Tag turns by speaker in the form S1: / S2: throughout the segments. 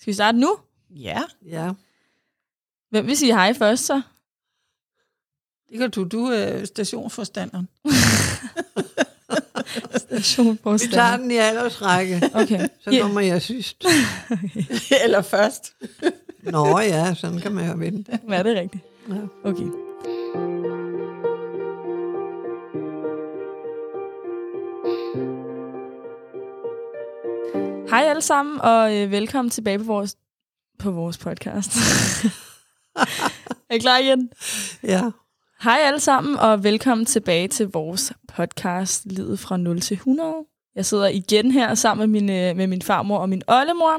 S1: Skal vi starte nu?
S2: Ja,
S3: Ja,
S1: Hvem vil sige hej først så?
S2: det kan du. Du er stationsforstanderen.
S1: Station på
S3: vi tager den i aldersrække,
S1: Okay.
S3: så
S1: Ja.
S3: kommer jeg sidst.
S2: Eller først.
S3: Nå ja, sådan kan man jo vente.
S1: Ja, det er rigtigt.
S3: Ja.
S1: Okay. Hej alle sammen, og øh, velkommen tilbage på vores, på vores podcast. er I klar igen?
S3: ja.
S1: Hej alle sammen, og velkommen tilbage til vores podcast, Livet fra 0 til 100. Jeg sidder igen her sammen med min, øh, med min farmor og min oldemor.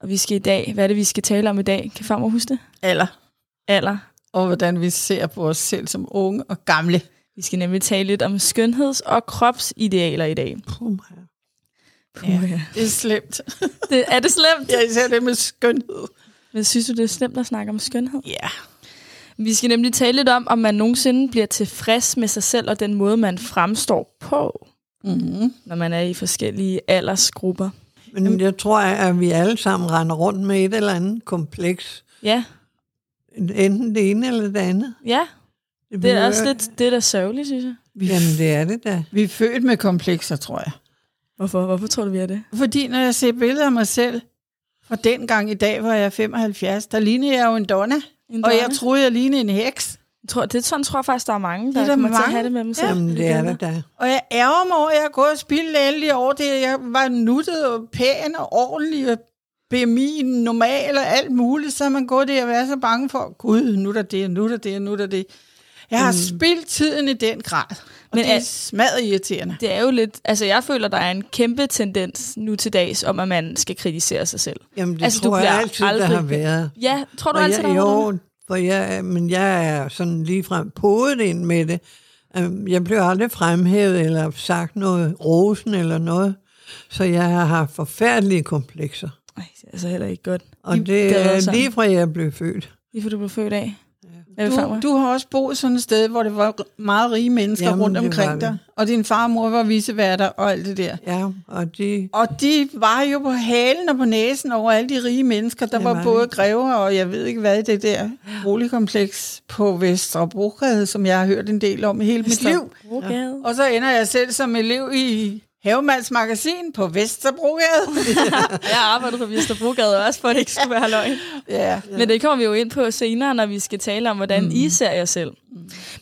S1: Og vi skal i dag, hvad er det, vi skal tale om i dag? Kan farmor huske det?
S2: Eller.
S1: Alder.
S2: Og hvordan vi ser på os selv som unge og gamle.
S1: Vi skal nemlig tale lidt om skønheds- og kropsidealer i dag.
S3: Puh, ja.
S1: Puh, ja.
S2: Det er slemt.
S1: Det, er det slemt?
S2: Ja, især det med skønhed.
S1: Men synes du, det er slemt at snakke om skønhed?
S2: Ja.
S1: Vi skal nemlig tale lidt om, om man nogensinde bliver tilfreds med sig selv og den måde, man fremstår på,
S2: Mm-hmm.
S1: når man er i forskellige aldersgrupper.
S3: Men jeg tror, at vi alle sammen render rundt med et eller andet kompleks.
S1: Ja,
S3: Enten det ene eller det andet.
S1: ja. Det er også lidt det, er da sørgeligt, synes jeg.
S3: Jamen, det er det da.
S2: Vi er født med komplekser, tror jeg.
S1: Hvorfor, Hvorfor tror du, vi er det?
S2: Fordi når jeg ser billeder af mig selv, fra den gang i dag, hvor jeg er 75, der lignede jeg jo en donna.
S1: En
S2: Og
S1: donna?
S2: jeg troede, jeg lignede en heks.
S1: Jeg tror, det sådan tror jeg faktisk, der er mange, der,
S2: er
S1: der
S2: der
S1: kommer til at
S2: mange.
S1: have det med dem selv.
S3: Jamen, det er
S1: kender.
S3: det da.
S2: Og jeg ærger mig over, at jeg er gået og spildt alle over det. Jeg var nuttet og pæn og ordentlig og BMI normal og alt muligt. Så er man gået der og været så bange for, gud, nu er der det, og nu er der det, og nu er der det. Jeg har spildt tiden i den grad. Og
S1: Men
S2: Men det
S1: er-
S2: er smadret irriterende.
S1: Det er jo lidt, altså jeg føler, der er en kæmpe tendens nu til dags, om at man skal kritisere sig selv.
S3: Jamen, det
S1: Altså,
S3: altså,
S1: du
S3: tror
S1: bliver
S3: jeg altid, aldrig...
S1: aldrig-
S3: der har været.
S1: Ja, tror du
S3: Og
S1: altid, der
S3: jeg,
S1: har været
S3: jo, for jeg, er- men jeg er sådan ligefrem podet ind med det. Øhm, Jeg blev aldrig fremhævet eller sagt noget rosen eller noget. Så jeg har haft forfærdelige komplekser.
S1: Ej, det er altså heller ikke godt.
S3: Og det,
S1: det har været
S3: er
S1: sådan.
S3: lige fra jeg blev født.
S1: Lige for du blev født af. Ja.
S2: Du,
S1: Du, du,
S2: du har også boet sådan et sted, hvor det var r- meget rige mennesker
S3: Jamen,
S2: Jamen, rundt
S3: det var
S2: omkring
S3: det.
S2: dig. Og din far og mor var viseværter og alt det der.
S3: Ja, og de,
S2: Og de var jo på halen og på næsen over alle de rige mennesker. Der
S3: Det
S2: var
S3: var
S2: både grever og jeg ved ikke hvad i det der boligkompleks på Vesterbrogade, som jeg har hørt en del om i hele mit liv.
S1: Brogade.
S2: Og så ender jeg selv som elev i Havemands Magasin på Vesterbrogade.
S1: Jeg arbejder på Vesterbrogade også, for at det ikke skulle være løgn.
S2: ja.
S1: Men det kommer vi jo ind på senere, når vi skal tale om, hvordan mm. I ser jer selv.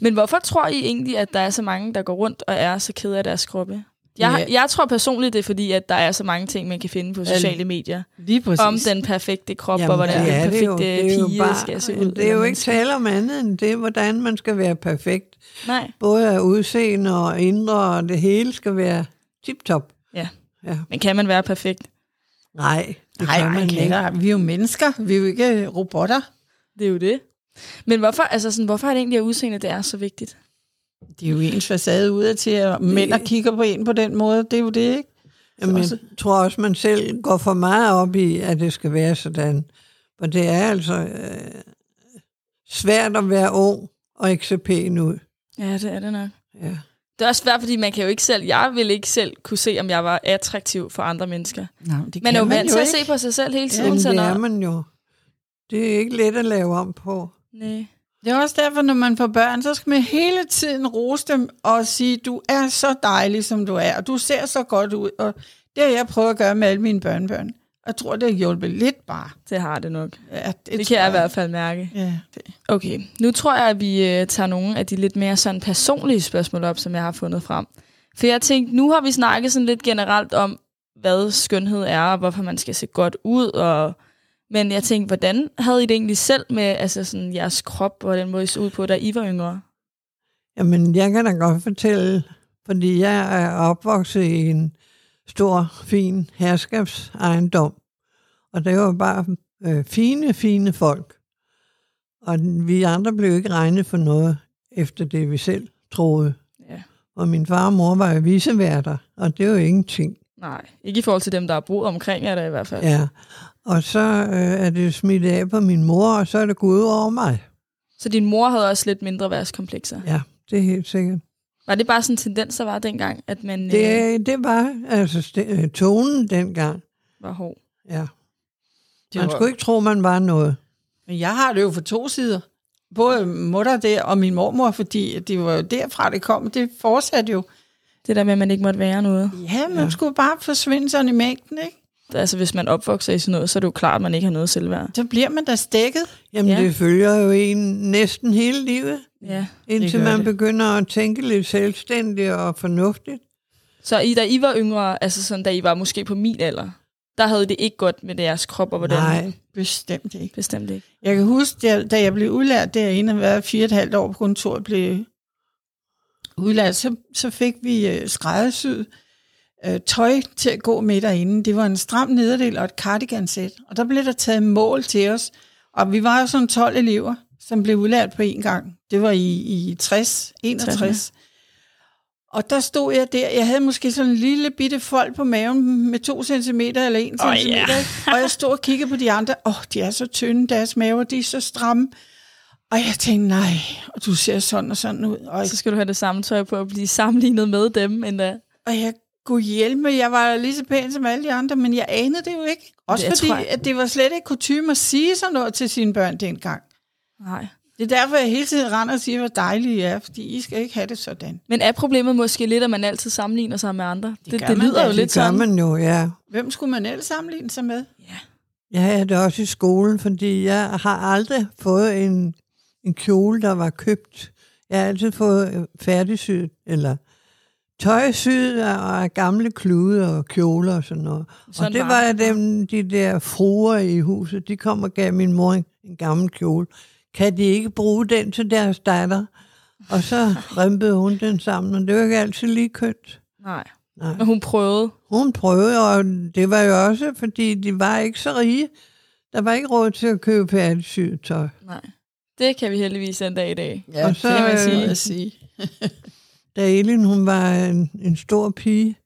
S1: Men hvorfor tror I egentlig, at der er så mange, der går rundt og er så ked af deres kroppe? Jeg,
S2: Ja.
S1: jeg tror personligt, det er fordi, at der er så mange ting, man kan finde på sociale medier.
S2: Lige præcis.
S1: Om den perfekte krop,
S3: Jamen,
S1: og hvordan
S3: det
S1: den
S3: er det
S1: perfekte
S3: jo. Det er jo
S1: pige
S3: bare-
S1: øh, skal se ud.
S3: Det er jo
S1: eller
S3: ikke tale om andet end det, hvordan man skal være perfekt.
S1: Nej.
S3: Både af udseende og indre, og det hele skal være tip-top.
S1: Ja.
S3: Ja.
S1: Men kan man være perfekt?
S3: Nej, det
S2: Nej,
S3: kan
S2: nej,
S3: man ikke.
S2: nej, vi er jo mennesker. Vi er jo ikke robotter.
S1: Det er jo det. Men hvorfor, altså sådan, hvorfor er det egentlig, at udseende det er så vigtigt?
S2: Det er jo ens facade udad til, at mænd og kigger på en på den måde. Det er jo det, ikke?
S3: Jamen, jeg tror også, man selv går for meget op i, at det skal være sådan. For det er altså øh, svært at være ung og ikke se pæn ud.
S1: Ja, det er det nok.
S3: Ja.
S1: Det er også svært, fordi man kan jo ikke selv, jeg vil ikke selv kunne se, om jeg var attraktiv for andre mennesker.
S2: Nej, det
S1: Man er jo
S2: kan
S1: vant til at
S2: ikke.
S1: se på sig selv hele tiden.
S3: Jamen,
S1: så
S3: det
S1: når-
S3: er man jo. Det er ikke let at lave om på.
S1: Næ.
S2: Det er også derfor, når man får børn, så skal man hele tiden rose dem og sige, du er så dejlig, som du er, og du ser så godt ud. Og det har jeg prøvet at gøre med alle mine børnebørn. Jeg tror, det har hjulpet lidt bare.
S1: Det har det nok.
S2: Ja, det,
S1: Det
S2: tror
S1: kan jeg i hvert fald mærke.
S2: Ja, det.
S1: Okay, nu tror jeg, at vi øh, tager nogle af de lidt mere sådan personlige spørgsmål op, som jeg har fundet frem. For jeg tænkte, nu har vi snakket sådan lidt generelt om, hvad skønhed er, og hvorfor man skal se godt ud. Og... Men jeg tænkte, hvordan havde I det egentlig selv med altså sådan, jeres krop og den måde, I så ud på, da I var yngre?
S3: Jamen, jeg kan da godt fortælle, fordi jeg er opvokset i en stor, fin herskabsejendom. Og det var bare øh, fine, fine folk. Og vi andre blev ikke regnet for noget, efter det vi selv troede.
S1: Ja.
S3: Og min far og mor var jo viseværter, og det var jo ingenting.
S1: Nej, ikke i forhold til dem, der har boet omkring jer der i hvert fald. Ja.
S3: Ja. Og så øh, er det smidt af på min mor, og så er det gået ud over mig.
S1: Så din mor havde også lidt mindre værtskomplekser.
S3: Ja, det er helt sikkert.
S1: Var det bare sådan en tendens, der var dengang, at man øh,
S3: Det, det var altså st- øh, tonen dengang.
S1: var hård?
S3: Ja.
S2: Det
S3: Man
S2: var-
S3: skulle ikke tro, man var noget.
S2: Men jeg har det jo fra to sider. Både mutter der og min mormor, fordi det var jo derfra, det kom. Det fortsatte jo.
S1: Det der med, at man ikke måtte være noget.
S2: Ja, man ja. skulle bare forsvinde sådan i mængden, ikke?
S1: Altså, hvis man opvokser i sådan noget, så er det jo klart, at man ikke har noget selvværd.
S2: Så bliver man da stækket.
S3: Jamen,
S1: Ja.
S3: ja. det følger jo en næsten hele livet,
S1: Ja.
S3: indtil
S2: gør
S3: man
S2: det.
S3: begynder at tænke lidt selvstændigt og fornuftigt.
S1: Så I, da I var yngre, altså sådan, da I var måske på min alder, der havde I det ikke godt med deres krop og hvordan?
S3: Nej,
S2: Bestemt ikke.
S1: Bestemt ikke.
S2: Jeg kan huske, da jeg, da jeg blev udlært derinde, og været fire og et halvt år på kontoret blev udlært, så, så fik vi øh, skræddersyet øh, tøj til at gå med derinde. Det var en stram nederdel og et cardigansæt, og der blev der taget mål til os. Og vi var jo sådan 12 elever, som blev udlært på én gang. Det var i, i 60, 61. Og der stod jeg der. Jeg havde måske sådan en lille bitte fold på maven med to centimeter eller en
S1: Åh, ja.
S2: oh, centimeter. ikke? Og jeg stod og kiggede på de andre. Åh, oh, de er så tynde, deres maver, de er så stramme. Og jeg tænkte, nej, og du ser sådan og sådan ud. Og
S1: Så skal du have det samme tøj på at blive sammenlignet med dem endda.
S2: og jeg kunne hjælpe, jeg var lige så pæn som alle de andre, men jeg anede det jo ikke. Også
S1: Det
S2: det, fordi,
S1: tror jeg.
S2: at det var slet ikke kutume at sige sådan noget til sine børn dengang.
S1: Nej.
S2: Det er derfor, jeg hele tiden render og siger, hvor dejlige I er, fordi I skal ikke have det sådan.
S1: Men er problemet måske lidt, at man altid sammenligner sig med andre? Det, det,
S2: gør
S1: det
S2: man
S1: lyder
S2: da,
S1: jo
S2: det
S1: lidt
S3: det gør
S1: sådan.
S3: man jo, ja.
S2: Hvem skulle man ellers sammenligne sig med?
S3: Jeg havde det også i skolen, fordi jeg har aldrig fået en, en kjole, der var købt. Jeg har altid fået øh, færdigsyet, eller tøjsyet og af gamle klude og kjoler og sådan noget.
S1: Sådan
S3: og det
S1: var
S3: var
S1: det.
S3: dem, de der fruer i huset, de kom og gav min mor en, en gammel kjole. Kan de ikke bruge den til deres datter? Og så rimpede hun den sammen, og det var ikke altid lige kønt.
S1: Nej.
S3: Nej.
S1: Men hun prøvede.
S3: Hun prøvede, og det var jo også, fordi de var ikke så rige. Der var ikke råd til at købe færdigsyet tøj.
S1: Nej. Det kan vi heldigvis den dag i dag.
S2: Ja,
S3: Og så, øh,
S2: jeg sige.
S3: Da Elin hun var en, en stor pige,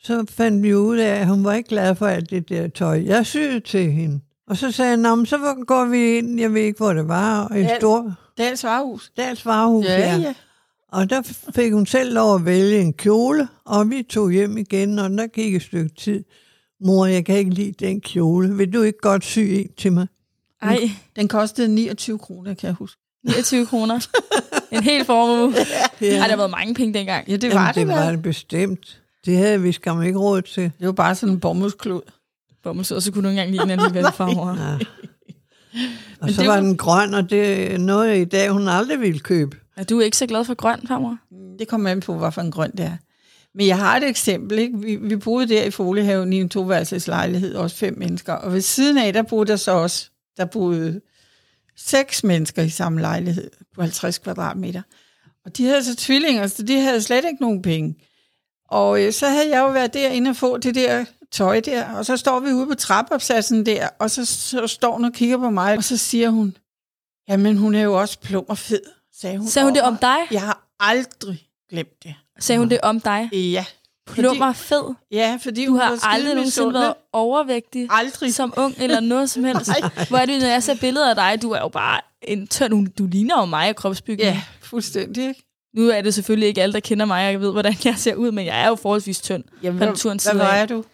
S3: så fandt vi ud af, at hun var ikke glad for alt det der tøj. Jeg syede til hende. Og så sagde jeg, "Nå, men så går vi ind, jeg ved ikke, hvor det var, og en
S2: Ja.
S3: stor
S2: Dals varehus.
S3: Dals varehus.
S2: Ja, ja.
S3: Og der fik hun selv lov at vælge en kjole, og vi tog hjem igen, og der gik et stykke tid. Mor, jeg kan ikke lide den kjole. Vil du ikke godt sy en til mig?
S1: Ej,
S2: Den kostede 29 kroner, kan jeg huske.
S1: 29 kroner. En hel formue.
S3: Ja.
S1: Ej, der har været mange penge dengang.
S2: Ja, det
S3: Jamen,
S2: var det,
S3: det
S2: det
S3: var det bestemt. Det havde vi skam ikke råd til.
S2: Det var bare sådan en bomuldsklud.
S1: Bommelsen, og så kunne du ikke engang lide den alligevel farmor.
S3: Ja. Og så
S2: det
S3: var
S2: var-
S3: den grøn, og det er noget i dag, hun aldrig ville købe.
S1: Er du ikke så glad for grøn, farmor?
S2: Det kommer an på, hvad for en grøn det er. Men jeg har et eksempel. Ikke? Vi, vi boede der i Foliehaven i en toværelses lejlighed, også fem mennesker. Og ved siden af, der boede der så også, der boede seks mennesker i samme lejlighed på 50 kvadratmeter. Og de havde så tvillinger, så de havde slet ikke nogen penge. Og øh, så havde jeg jo været derinde og få det der tøj der, og så står vi ude på trappeopsatsen der, og så, så står hun og kigger på mig, og så siger hun, jamen hun er jo også plum og fed, sagde hun.
S1: Sagde hun det
S2: Og-
S1: om dig?
S2: jeg har aldrig glemt det.
S1: Sagde hun det om dig?
S2: Ja.
S1: Plummer fed.
S2: Fordi, ja, fordi
S1: Du
S2: hun
S1: har
S2: var skide
S1: aldrig nogensinde
S2: misundelig.
S1: været overvægtig.
S2: Aldrig.
S1: Som ung eller noget som helst.
S2: Nej.
S1: Hvor er det, når jeg ser billeder af dig, du er jo bare en tynd hund. Du ligner jo mig i kropsbygning.
S2: Ja, fuldstændig. Ikke?
S1: Nu er det selvfølgelig ikke alle, der kender mig, og jeg ved, hvordan jeg ser ud, men jeg er jo forholdsvis tynd.
S2: Jamen,
S1: Fra
S2: hvad,
S1: naturens
S2: hvad
S1: side af.
S2: vejer du?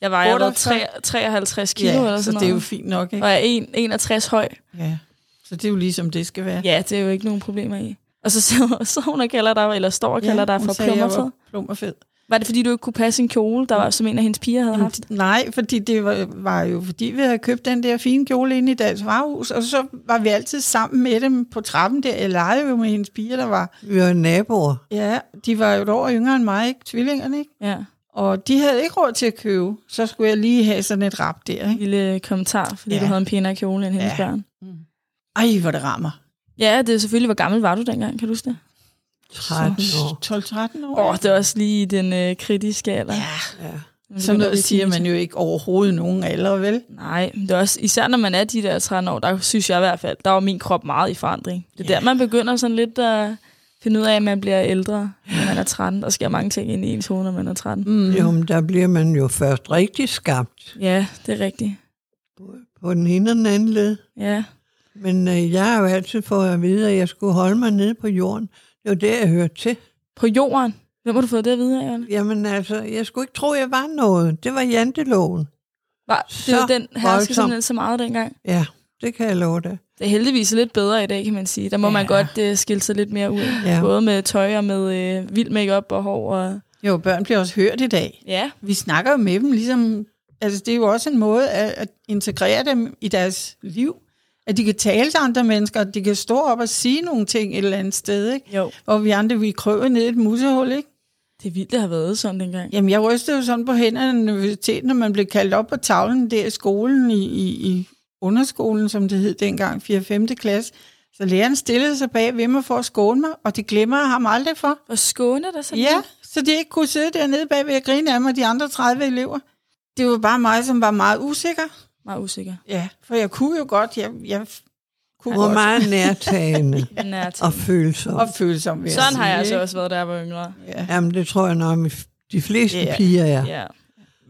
S1: Jeg vejer været
S2: 48?
S1: 3- 53 kilo eller
S2: så
S1: sådan
S2: det er jo
S1: noget.
S2: fint nok, ikke?
S1: Og jeg er 1, 61 høj.
S2: Ja. Så det er jo ligesom det skal være.
S1: Ja, det er jo ikke nogen problemer i. Og så sidder så hun og kalder dig, eller står og kalder ja, dig
S2: hun
S1: for
S2: sagde, jeg var
S1: plummerfed.
S2: Plum og fed.
S1: Var det, fordi du ikke kunne passe en kjole, der var, som en af hendes piger havde haft?
S2: Nej, fordi det var, var jo fordi, vi havde købt den der fine kjole inde i Dags Varehus, og så var vi altid sammen med dem på trappen der. Jeg legede jo med hendes piger, der var...
S3: Vi var naboer.
S2: Ja, de var jo et år yngre end mig, ikke? Tvillingerne, ikke?
S1: Ja,
S2: Og de havde ikke råd til at købe. Så skulle jeg lige have sådan et rap der,
S1: en
S2: ikke?
S1: lille kommentar, fordi ja.
S2: Ja.
S1: du havde en pænere kjole end hendes ja.
S2: Ja.
S1: børn.
S2: Ej, hvor det rammer.
S1: Ja, det er selvfølgelig, hvor gammel var du dengang, kan du huske det?
S3: 13 år.
S2: 12-13 år.
S1: Åh, oh, det er også lige i den øh, kritiske alder.
S2: Ja,
S3: Ja.
S1: Når vi
S2: sådan
S1: begynder at
S2: noget
S1: blive
S2: siger
S1: teenager.
S2: man jo ikke overhovedet nogen alder, vel?
S1: Nej, men det er også, især når man er de der 13 år, der synes jeg i hvert fald, der var min krop meget i forandring. Det er der, man begynder sådan lidt at finde ud af, at man bliver ældre, når man er 13. Der sker mange ting ind i ens hoved, når man er 13. Mm.
S3: Jo, men der bliver man jo først rigtig skabt
S1: Ja, det er rigtigt.
S3: på den ene og den anden led.
S1: Ja.
S3: Men øh, jeg har jo altid fået at vide, at jeg skulle holde mig nede på jorden. Det var det, jeg hørte til.
S1: På jorden. Hvem har du fået det at vide af, Jørgen?
S3: Jamen altså, jeg skulle ikke tro, jeg var noget. Det var janteloven.
S1: Var, det var
S3: Så
S1: den her
S3: voldsom.
S1: simpelthen så meget dengang.
S3: Ja, det kan jeg love dig.
S1: Det er heldigvis lidt bedre i dag, kan man sige. Der må ja. man
S3: Ja.
S1: godt øh, skille sig lidt mere ud. Ja.
S3: Ja.
S1: Både med tøj og med øh, vild makeup og hår. Og...
S2: Jo, børn bliver også hørt i dag.
S1: Ja,
S2: Vi snakker jo med dem ligesom... Altså, det er jo også en måde at, at integrere dem i deres liv. At de kan tale til andre mennesker, at de kan stå op og sige nogle ting et eller andet sted, ikke?
S1: jo.
S2: Hvor vi andre, vi krøver ned i et musehul, ikke?
S1: Det er vildt, det har været sådan dengang.
S2: Jamen, jeg rystede jo sådan på hænderne i universitetet, når man blev kaldt op på tavlen der i skolen, i, i, i underskolen, som det hed dengang, 4. 5. klasse. Så læreren stillede sig bag ved mig for at skåne mig, og det glemmer jeg ham aldrig for.
S1: Og skåne dig sådan
S2: Ja, så de ikke kunne sidde dernede bag ved at grine af mig, de andre 30 elever. Det var bare mig, som var meget usikker.
S1: Meget usikker.
S2: Ja, for jeg kunne jo godt, jeg, jeg kunne
S3: Hun er
S2: godt
S3: meget nærtagende
S1: Ja.
S3: og følsom.
S2: og følsom, vil
S1: øh, Sådan
S2: jeg
S1: har jeg
S2: sige,
S1: altså
S2: ikke?
S1: også været, da jeg var yngre.
S2: Ja.
S3: Jamen, det tror jeg nok, de fleste
S2: Ja.
S3: yeah. piger er.
S1: Ja,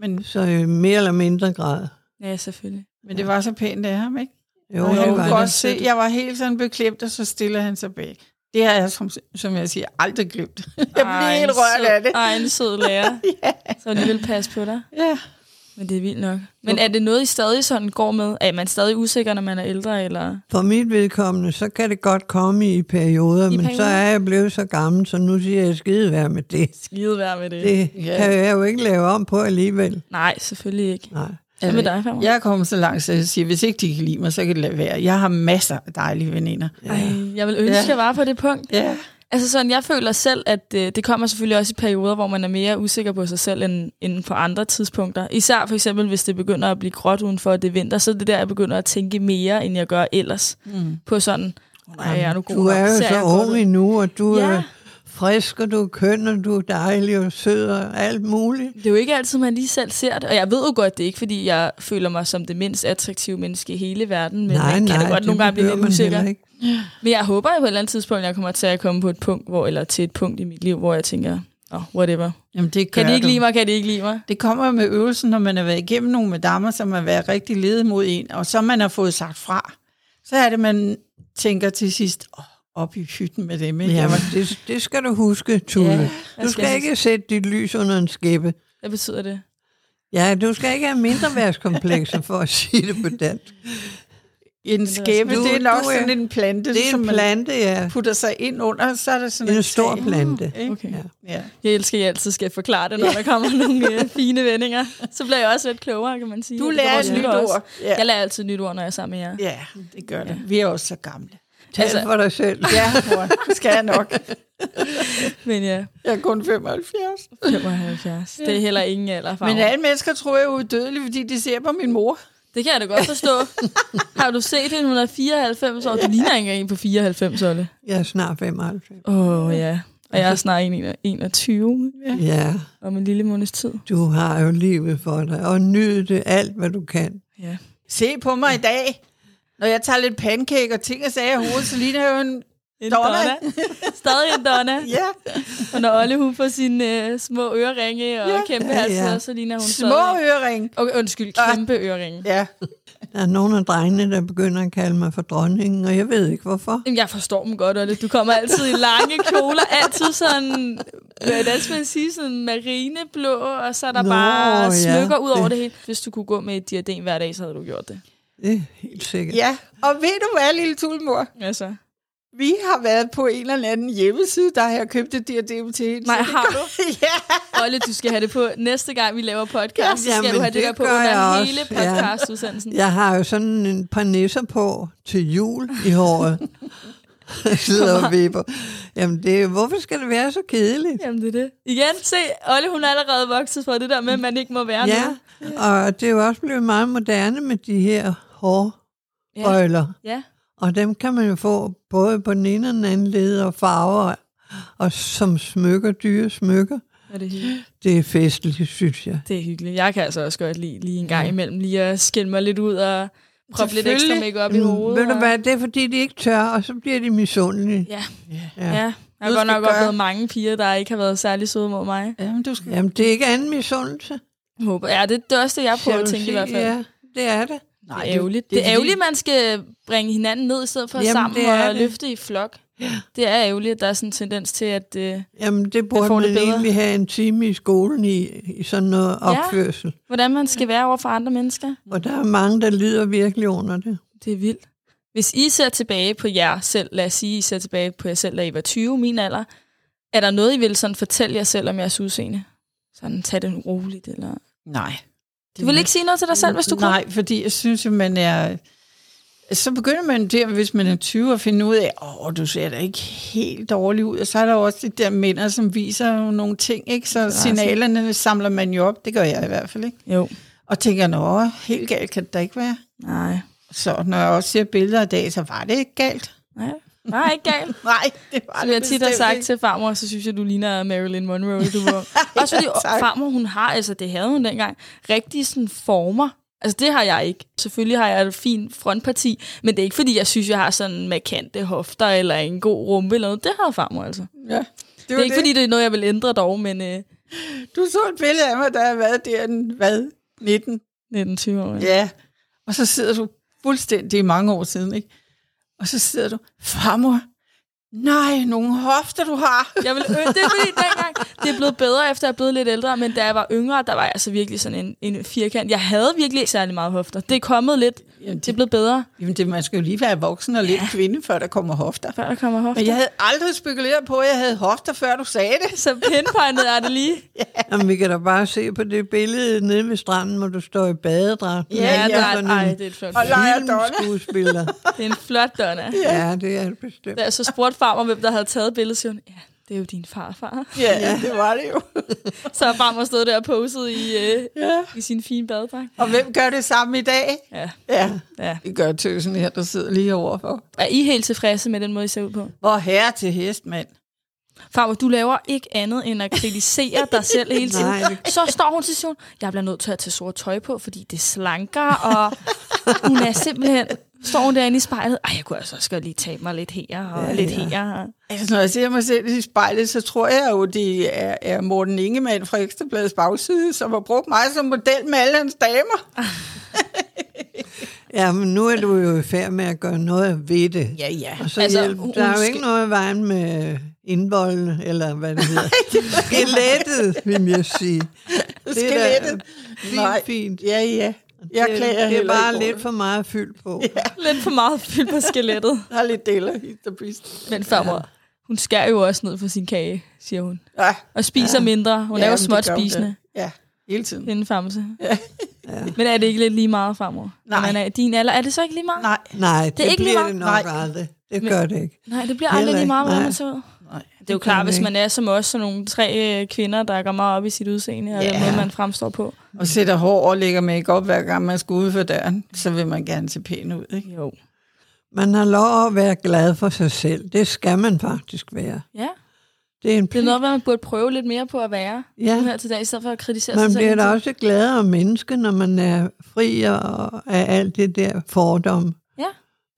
S2: Men,
S3: Så i mere eller mindre grad.
S1: ja selvfølgelig.
S2: men det var så pænt af ham, ikke?
S3: Jo,
S2: Og jeg
S3: det
S2: kunne
S3: var
S2: godt
S3: det.
S2: se, jeg var helt sådan beklemt, og så stiller han sig bag. Det har jeg, som, som jeg siger, aldrig glemt. Jeg bliver
S1: Ej,
S2: helt
S1: en sød-
S2: rørt af det.
S1: Ej, en sød lærer,
S2: Ja.
S1: så de vil passe på dig.
S2: Ja.
S1: Men det er vildt nok. Men er det noget, I stadig sådan går med? Er man stadig usikker, når man er ældre? Eller?
S3: For mit vedkommende, så kan det godt komme i perioder, I men
S1: perioder?
S3: så er jeg blevet så gammel, så nu siger jeg skide være med det.
S1: Skide være med det.
S3: Det
S2: Ja.
S3: kan jeg jo ikke lave om på alligevel.
S1: Nej, selvfølgelig ikke.
S3: Nej.
S1: Hvad med dig, Femmer?
S2: Jeg er kommet så langt, så jeg siger, hvis ikke de kan lide mig, så kan det lade være. Jeg har masser af dejlige veninder.
S1: Ej, jeg vil ønske,
S2: Ja.
S1: jeg var på det punkt.
S2: Ja.
S1: Altså sådan, jeg føler selv, at øh, det kommer selvfølgelig også i perioder, hvor man er mere usikker på sig selv end, end på andre tidspunkter. Især for eksempel, hvis det begynder at blive gråt udenfor, og det er vinter, så er det der, jeg begynder at tænke mere, end jeg gør ellers. Mm. På sådan, nej, jeg er nu god
S3: Du
S1: nok?
S3: er jo
S1: Ser jeg
S3: så
S1: godt ud?"
S3: ung endnu, og du
S1: Ja.
S3: er frisk, og du er køn, og du er dejlig og sød og alt muligt.
S1: Det er jo ikke altid, man lige selv ser det. Og jeg ved jo godt, det er ikke, fordi jeg føler mig som det mindst attraktive menneske i hele verden. Men
S3: nej,
S1: man kan
S3: nej,
S1: da godt nogle gange blive
S3: behøver
S1: lidt
S3: man
S1: usikker.
S3: heller ikke.
S1: Men jeg håber at på et eller andet tidspunkt, jeg kommer til at komme på et punkt, hvor, eller til et punkt i mit liv, hvor jeg tænker, oh, whatever.
S2: Jamen, det
S1: Kan
S2: gør
S1: de ikke
S2: du.
S1: lide mig? Kan de ikke lide mig?
S2: Det kommer med øvelsen, når man har været igennem nogle madammer, som har været rigtig ledet mod en, og så man har fået sagt fra. Så er det, man tænker til sidst, oh, op i hytten med dem. Ikke?
S3: Ja,
S2: Jeg var
S3: men det, det skal du huske, Tulle.
S1: Ja, jeg
S3: Ja,
S1: skal
S3: du skal
S1: huske.
S3: ikke sætte dit lys under en skæppe.
S1: Hvad betyder det?
S3: Ja, du skal ikke have mindreværdskomplekser for at sige det på dansk.
S2: en skæppe,
S3: Du-
S2: det er nok
S3: du er-
S2: sådan en plante,
S3: Det er
S1: ligesom
S2: som
S3: en plante, ja.
S2: man putter sig ind under, så er det sådan
S3: En stor
S2: tag,
S3: plante.
S2: ikke?
S1: Okay.
S3: Ja.
S2: Ja.
S1: Jeg elsker, at jeg altid skal forklare det, når der kommer nogle øh, fine vendinger. Så bliver jeg også lidt klogere, kan man sige.
S2: Du
S1: Og det gør
S2: lærer
S1: vores
S2: et nyt
S1: lytter også.
S2: ord. Ja.
S1: Jeg lærer altid et nyt ord, når jeg er sammen med jer.
S2: ja, det gør det. Vi er også så gamle.
S3: Tal
S1: Altså-
S3: altså, for dig selv.
S2: Ja, mor, det skal jeg nok.
S1: Men ja,
S2: Jeg er kun 75.
S1: 75. Det er heller ingen alder.
S2: Men
S1: farver.
S2: alle mennesker tror, jeg er udødelig, fordi de ser på min mor.
S1: Det kan jeg da godt forstå. Har du set det, hun er 94 år? Du ligner ikke engang en på 94, Olle.
S3: Jeg er snart 95.
S1: Åh, oh, ja. Og jeg er snart en- 21
S3: Ja,
S1: om en lille måneds tid.
S3: du har jo livet for dig, og nyd det alt, hvad du kan.
S1: Ja.
S2: Se på mig i dag. Når jeg tager lidt pandekage og ting og sager i hovedet, så ligner jeg jo en...
S1: En
S2: Donna.
S1: Stadig en Donna.
S2: Ja,
S1: Og når Olle, hun får sine øh, små øreringe og ja. kæmpe
S3: Ja, ja.
S1: halser, så ligner hun
S2: små Ah.
S1: stadig-
S2: øring.
S1: Okay, undskyld, kæmpe øreringe.
S2: Ja,
S3: Der er nogle af drengene, der begynder at kalde mig for dronningen, og jeg ved ikke hvorfor.
S1: Jamen, Jeg forstår dem godt, Olle. Du kommer altid i lange kjoler, altid sådan, hvordan skal man sige, sådan marineblå, og så er der Nå,
S3: Nå,
S1: bare
S3: ja.
S1: smykker ud over
S3: Det-
S1: det hele. Hvis du kunne gå med et diadem hver dag, så havde du gjort det.
S3: Det er helt sikkert.
S2: ja. Og ved du hvad, lille tulmor?
S1: Altså.
S2: Vi har været på en eller anden hjemmeside, der har jeg købt et diadem til hende.
S1: Nej,
S2: så det
S1: har
S2: gør-
S1: du?
S2: ja.
S1: Olle, du skal have det på næste gang, vi laver podcast, så skal
S3: Jamen,
S1: du have det,
S3: det
S1: der på
S3: gør
S1: under
S3: jeg også,
S1: hele
S3: ja.
S1: podcastudsendelsen. Ja.
S3: Jeg har jo sådan en par nisser på til jul i håret. Jeg sidder og vipper. Jamen, det, er- hvorfor skal det være så kedeligt?
S1: Jamen, det er det. Igen, se, Olle, hun er allerede vokset fra det der med, at man ikke må være
S3: Ja,
S1: nu.
S3: og det er jo også blevet meget moderne med de her hårbøjler.
S1: Ja.
S3: Og dem kan man jo få både på den ene og den anden led og farver, og som smykker, dyre smykker.
S1: ja, det er hyggeligt.
S3: Det er festligt, synes jeg.
S1: Det er hyggeligt. Jeg kan altså også godt lide lige en gang imellem, lige at skille mig lidt ud og proppe lidt ekstra
S2: Selvfølgelig.
S1: make op i hovedet.
S3: Mm. Ved du
S1: og-
S3: hvad, det er fordi, de ikke tør, og så bliver de misundelige.
S1: Ja.
S2: Ja.
S1: Ja.
S3: Ja.
S1: ja. Jeg har
S2: Ved
S1: godt
S2: du,
S1: nok
S2: hvad gør?
S1: oplevet mange piger, der ikke har været særlig søde mod mig.
S2: Jamen, du skal...
S3: Jamen, det er ikke anden misundelse.
S1: Håber. Ja, det er det også det, jeg prøver at
S3: Jalousi,
S1: tænke i hvert fald.
S3: Ja, det er det.
S1: Nej, det er ærgerligt. Det er
S2: fordi-
S1: ærgerligt, man skal bringe hinanden ned, i stedet for Jamen,
S3: Jamen,
S1: sammen
S3: det er
S1: og
S3: det.
S1: løfte i flok. Det er ærgerligt, at der er sådan en tendens til, at... Øh,
S3: Jamen, det burde
S1: får
S3: man
S1: det bedre.
S3: egentlig have en time i skolen i, i sådan noget opførsel.
S1: hvordan man skal være over for andre mennesker.
S3: Og der er mange, der lider virkelig under det.
S1: Det er vildt. Hvis I ser tilbage på jer selv, lad os sige, I ser tilbage på jer selv, da I var 20, min alder, er der noget, I vil sådan fortælle jer selv om jeres udseende? Sådan, tag den roligt, eller...
S2: Nej.
S1: Du vil ikke sige noget til dig selv, hvis du kunne?
S2: Nej, fordi jeg synes, at man er... Så begynder man der, hvis man er 20, at finde ud af, åh, du ser da ikke helt dårlig ud. Og så er der jo også de der minder, som viser jo nogle ting, ikke? Så
S1: Altså-
S2: signalerne samler man jo op, det gør jeg i hvert fald, ikke?
S1: Jo.
S2: Og tænker, nå, helt galt kan det da ikke være.
S1: Nej.
S2: Så når jeg også ser billeder i dag, så var det ikke galt.
S1: Nej, Nej ikke galt.
S2: Nej, det var
S1: Som
S2: det
S1: jeg tit har
S2: bestemt
S1: sagt
S2: ikke.
S1: til farmor, så synes jeg, du ligner Marilyn Monroe. i Du var. Også fordi
S2: tak.
S1: farmor, hun har, altså det havde hun dengang, rigtig sådan former. Altså det har jeg ikke. Selvfølgelig har jeg et fint frontparti, men det er ikke fordi, jeg synes, jeg har sådan markante hofter eller en god rumpe eller noget. Det havde farmor altså. Det,
S2: Ja, det,
S1: det
S2: var
S1: er ikke fordi, det er noget, jeg vil ændre dog, men øh,
S2: Du så et billede af mig, der har været der, den, hvad, 19?
S1: 19-20 år. Ja.
S2: Ja. Og så sidder du fuldstændig i mange år siden, ikke? Og så sidder du, farmor, nej, nogle hofter, du har.
S1: Jeg vil, øh, det er fordi dengang, det er blevet bedre, efter jeg er blevet lidt ældre, men da jeg var yngre, der var jeg altså virkelig sådan en, en firkant. Jeg havde virkelig ikke særlig meget hofter. Det er kommet lidt.
S2: Jamen,
S1: Det er blevet bedre,
S2: Jamen, det, man skal jo lige være voksen og lidt kvinde, før der kommer hofter.
S1: før der kommer hofter.
S2: Men jeg havde aldrig spekuleret på, at jeg havde hofter, før du sagde det.
S1: Så pinpointet er det lige.
S3: Jamen, vi kan da bare se på det billede nede ved stranden, hvor du står i badedragt.
S2: Ja, ja,
S1: der er,
S3: sådan
S1: ej,
S3: en
S1: det er et flot
S2: Og
S1: billede.
S2: leger Donna.
S3: filmskuespiller.
S1: Det er en flot Donna.
S3: ja, det er det bestemt.
S1: Da jeg så spurgte farmor, hvem der havde taget billedet, siger hun, ja, det er jo din farfar.
S2: Ja, ja, det var det jo.
S1: Så har farmor stået der og poset i, øh, ja. i sin fine badedragt.
S2: Og hvem gør det samme i dag?
S1: Ja.
S2: Ja,
S1: ja.
S2: det gør tøsen her, der sidder lige overfor.
S1: Er I helt tilfredse med den måde, I ser ud på?
S2: Hvor herre til hest, mand.
S1: Farmor, du laver ikke andet end at kritisere dig selv hele tiden.
S3: Nej, det-
S1: Så står hun til sådan, jeg bliver nødt til at tage sort tøj på, fordi det slanker, og hun er simpelthen... Står hun derinde i spejlet, ej, jeg kunne altså også godt lige tage mig lidt her og ja, lidt ja. her.
S2: Altså, når jeg ser mig selv i spejlet, så tror jeg jo, det er, er Morten Ingemann fra Ekstrabladets bagside, som har brugt mig som model med alle hans damer.
S3: Ja, men nu er du jo i færd med at gøre noget ved det.
S2: Ja, ja.
S3: Og
S1: Altså,
S3: så altså, hjælp,
S1: hun
S3: der er jo
S1: skal-
S3: ikke noget i vejen med indvolden, eller hvad det hedder. Skelettet, vil jeg sige. Det er da
S2: Skelettet.
S3: Fint,
S2: Nej.
S3: fint.
S2: Ja, ja. Jeg
S3: det,
S2: klager
S3: det er
S2: heller
S3: bare
S2: ikke over
S3: lidt for meget fyld på.
S1: Lidt for meget fyldt på skelettet.
S2: Der er lidt deler i the beast.
S1: Men farmor, hun skærer jo også ned for sin kage, siger hun.
S2: Ja,
S1: Og spiser ja. mindre. Hun ja, er jo
S2: men det gør
S1: småt
S2: hun da.
S1: spisende.
S2: Ja, hele tiden.
S1: Inden famse. Ja. Men er det ikke lidt lige meget, farmor?
S2: Nej.
S1: Men er din alder, er det så ikke lige meget?
S2: Nej,
S3: Nej, det,
S1: er ikke lige
S3: det bliver
S1: meget-
S3: det nok
S2: Nej.
S3: aldrig. Det gør det ikke.
S1: Nej, det bliver
S3: Heller
S1: aldrig lige
S3: ikke,
S1: meget, hvordan
S3: nej.
S1: man ser ud.
S2: nej.
S1: Det er jo klart, hvis man er som os, sådan nogle tre øh, kvinder, der går meget op i sit udseende, og
S2: Ja.
S1: den måde, man fremstår på.
S2: Og sætter hår og lægger make op hver gang man skal ud for døren, så vil man gerne se pæn ud, ikke?
S1: Jo.
S3: Man har lov at være glad for sig selv. Det skal man faktisk være.
S1: Ja,
S3: Det er
S1: det
S3: en
S1: er
S3: pligt.
S1: noget, man burde prøve lidt mere på at være.
S3: Ja.
S1: Nu her til dag, i stedet for at kritisere
S3: Man
S1: sig
S3: bliver
S1: selv.
S3: da også gladere menneske, når man er fri og- af alt det der fordom.
S1: Ja.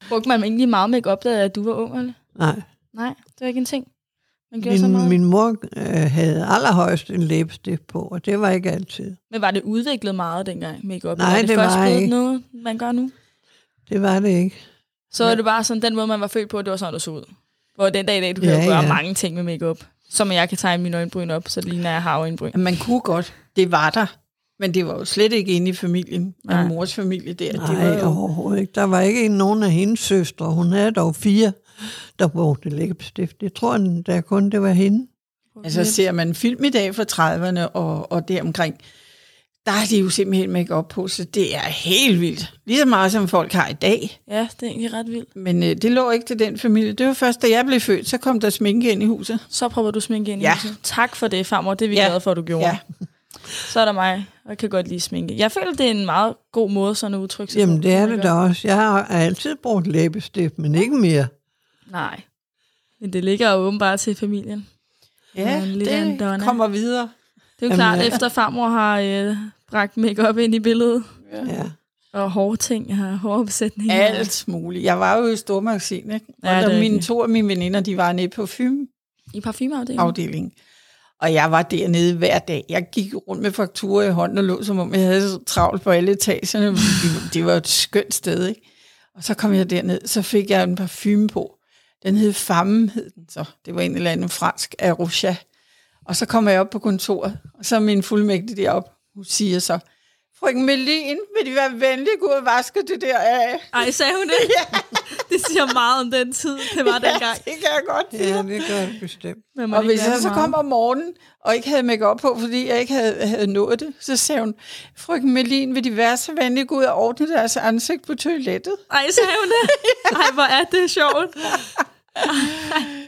S1: Brugte man egentlig meget make op, da du var ung, eller?
S3: Nej.
S1: Nej, det var ikke en ting. Man gjorde så
S3: Min,
S1: meget.
S3: min mor øh, havde allerhøjst en læbestift på, og det var ikke altid.
S1: Men var det udviklet meget dengang, make-up?
S3: Nej,
S1: Eller er det,
S3: det
S1: først
S3: var
S1: blevet
S3: ikke.
S1: noget, man gør nu?
S3: Det var det ikke.
S1: Så er det bare sådan, den måde, man var født på, det var sådan, det så ud. Hvor den dag i dag, du kan
S3: Ja,
S1: jo gøre
S3: ja.
S1: mange ting med makeup. Som jeg kan tegne mine øjenbryn op, så det ligner jeg har øjenbryn.
S2: Man kunne godt. Det var der. Men det var jo slet ikke inde i familien.
S1: Nej.
S2: Min mors familie der. det var
S3: Nej,
S2: jo...
S3: overhovedet ikke. Der var ikke en- nogen af hendes søstre. Hun havde dog fire, der brugte læbestift. Jeg tror da kun, det var hende.
S2: Altså ser man en film i dag fra 30'erne og, og deromkring, der er de jo simpelthen make op på, så det er helt vildt. Lige så meget som folk har i dag.
S1: Ja, det er egentlig ret vildt.
S2: Men øh, det lå ikke til den familie. Det var først, da jeg blev født, så kom der sminke ind i huset.
S1: Så prøver du sminke ind i
S2: Ja.
S1: huset. Tak for det, farmor. Det er vi
S2: Ja.
S1: glade for, at du gjorde.
S2: Ja.
S1: Så er der mig, og kan godt lide sminke. Jeg føler, det er en meget god måde sådan at udtrykke sig.
S3: Jamen,
S1: på.
S3: det er
S1: Make
S3: det
S1: up.
S3: da også. Jeg har altid brugt læbestift, men ikke mere.
S1: Nej. Men det ligger jo åbenbart til familien. Ja,
S2: Ja,
S1: en lille
S2: det
S1: Andonna.
S2: kommer videre.
S1: Det er jo
S3: Jamen,
S1: klart,
S3: ja.
S1: efter farmor har øh, bragt makeup ind i billedet,
S3: Ja.
S1: og hårde ting, og hårde opsætninger.
S2: Alt muligt. Jeg var jo i stormagasin, ikke? Og
S1: Ja, det er
S2: ja, der, mine,
S1: rigtigt.
S2: to af mine veninder, de var nede på parfumeafdelingen.
S1: I parfumeafdelingen.
S2: Og jeg var dernede hver dag. Jeg gik rundt med fakturer i hånden og lå, som om jeg havde så travlt på alle etagerne. Det, det var et skønt sted, ikke? Og så kom jeg derned, så fik jeg en parfume på. Den hed Famme, hed den så. Det var en eller anden fransk af Rocha. Og så kommer jeg op på kontoret, og så er min fuldmægtige deroppe. Hun siger så, Frøken Melin, vil de være venlig gå og vaske det der af?
S1: Ej, sagde hun det? ja. Det siger meget om den tid, det var dengang.
S2: det kan jeg godt sige.
S3: Ja, det gør det bestemt.
S1: Men man
S2: Og
S1: ikke
S2: hvis
S1: lærer
S2: jeg så
S1: meget.
S2: kom om morgenen, og ikke havde make op på, fordi jeg ikke havde, havde nået det, så sagde hun, Frøken Melin, vil de være så venlige gå ud og ordne deres ansigt på toilettet?
S1: Ej, sagde hun det? Ej, hvor er det sjovt.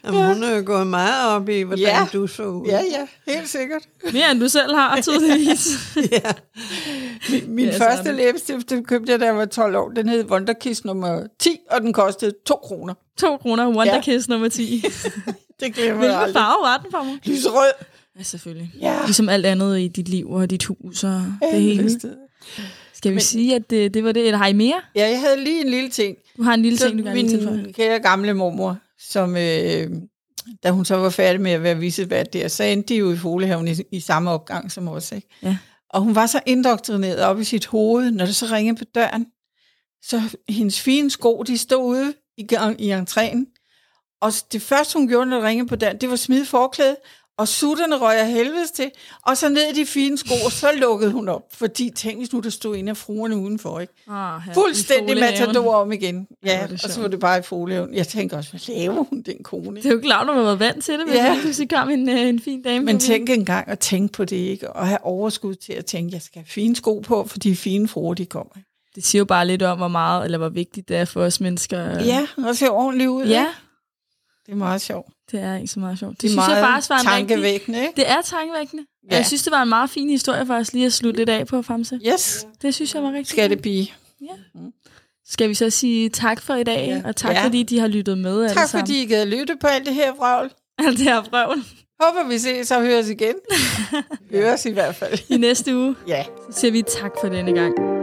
S3: Jamen, hun er jo gået meget op i, hvordan
S2: Ja.
S3: du så ud.
S2: Ja, ja, helt sikkert.
S1: Mere end du selv har, tydeligvis.
S2: Min, min
S1: Ja,
S2: ja,
S1: sådan.
S2: første læbestift, den købte jeg, da jeg var 12 år. Den hed Wonderkiss nummer 10, og den kostede 2 kroner.
S1: to kroner Wonderkiss nummer 10.
S2: Det glemmer jeg
S1: Hvilken
S2: aldrig.
S1: farve var den for mig?
S2: Lyserød.
S1: Ja, selvfølgelig.
S2: Ja.
S1: Ligesom alt andet i dit liv og dit hus og det hele.
S2: Helvede.
S1: Skal vi Men... sige, at det, det var det? Eller har I mere?
S2: Ja, jeg havde lige en lille ting.
S1: Du har en lille
S2: Så
S1: ting, du gerne vil tilføje.
S2: min kære gamle mormor, som øh, da hun så var færdig med at være vicevært der, så endte de jo i Folehaven i, i samme opgang som os. Ikke?
S1: Ja.
S2: Og hun var så indoktrineret op i sit hoved, når det så ringede på døren, så hendes fine sko, de stod ude i, gang- i entréen, og s- det første, hun gjorde, når det ringede på døren, det var at smide forklædet, og sutterne røg af helvedes til, og så ned i de fine sko, og så lukkede hun op. Fordi tænk, hvis nu der stod en af fruerne udenfor, ikke?
S1: Ah, her,
S2: Fuldstændig
S1: i Folehaven.
S2: matador om igen.
S1: Hvor
S2: Ja,
S1: er det
S2: og så
S1: sjovt.
S2: var det bare i foliehaven. Jeg tænkte også, hvad laver hun, den kone?
S1: Det er jo klart, når man har været vant til det, hvis
S2: Ja.
S1: ja. pludselig kom en, øh, en fin dame.
S2: Men
S1: forbi.
S2: tænk engang at tænke på det, ikke? Og have overskud til at tænke, jeg skal have fine sko på, for de fine fruer, de kommer.
S1: Det siger jo bare lidt om, hvor meget eller hvor vigtigt det er for os mennesker.
S2: Ja, og se ordentligt ud.
S1: ja
S2: ikke? Det er meget sjovt.
S1: det er ikke så meget sjovt. Det,
S2: Det er
S1: synes
S2: meget
S1: jeg faktisk var en rigtig...
S2: tankevækkende, ikke?
S1: Det er tankevækkende. Ja.
S2: Ja.
S1: Jeg synes, det var en meget fin historie for os lige at slutte lidt af på, Famse.
S2: Yes,
S1: Det synes jeg var rigtig
S2: skattepige.
S1: Skal vi så sige tak for i dag, ja.
S2: Ja.
S1: og tak ja.
S2: Ja.
S1: fordi de har lyttet med alle
S2: Tak
S1: sammen.
S2: fordi I gad lytte på alt det her vrøvl.
S1: Alt det her prøven
S2: Håber vi ses og høres igen. høres i hvert fald.
S1: i næste uge.
S2: Ja.
S1: Så siger vi tak for denne gang.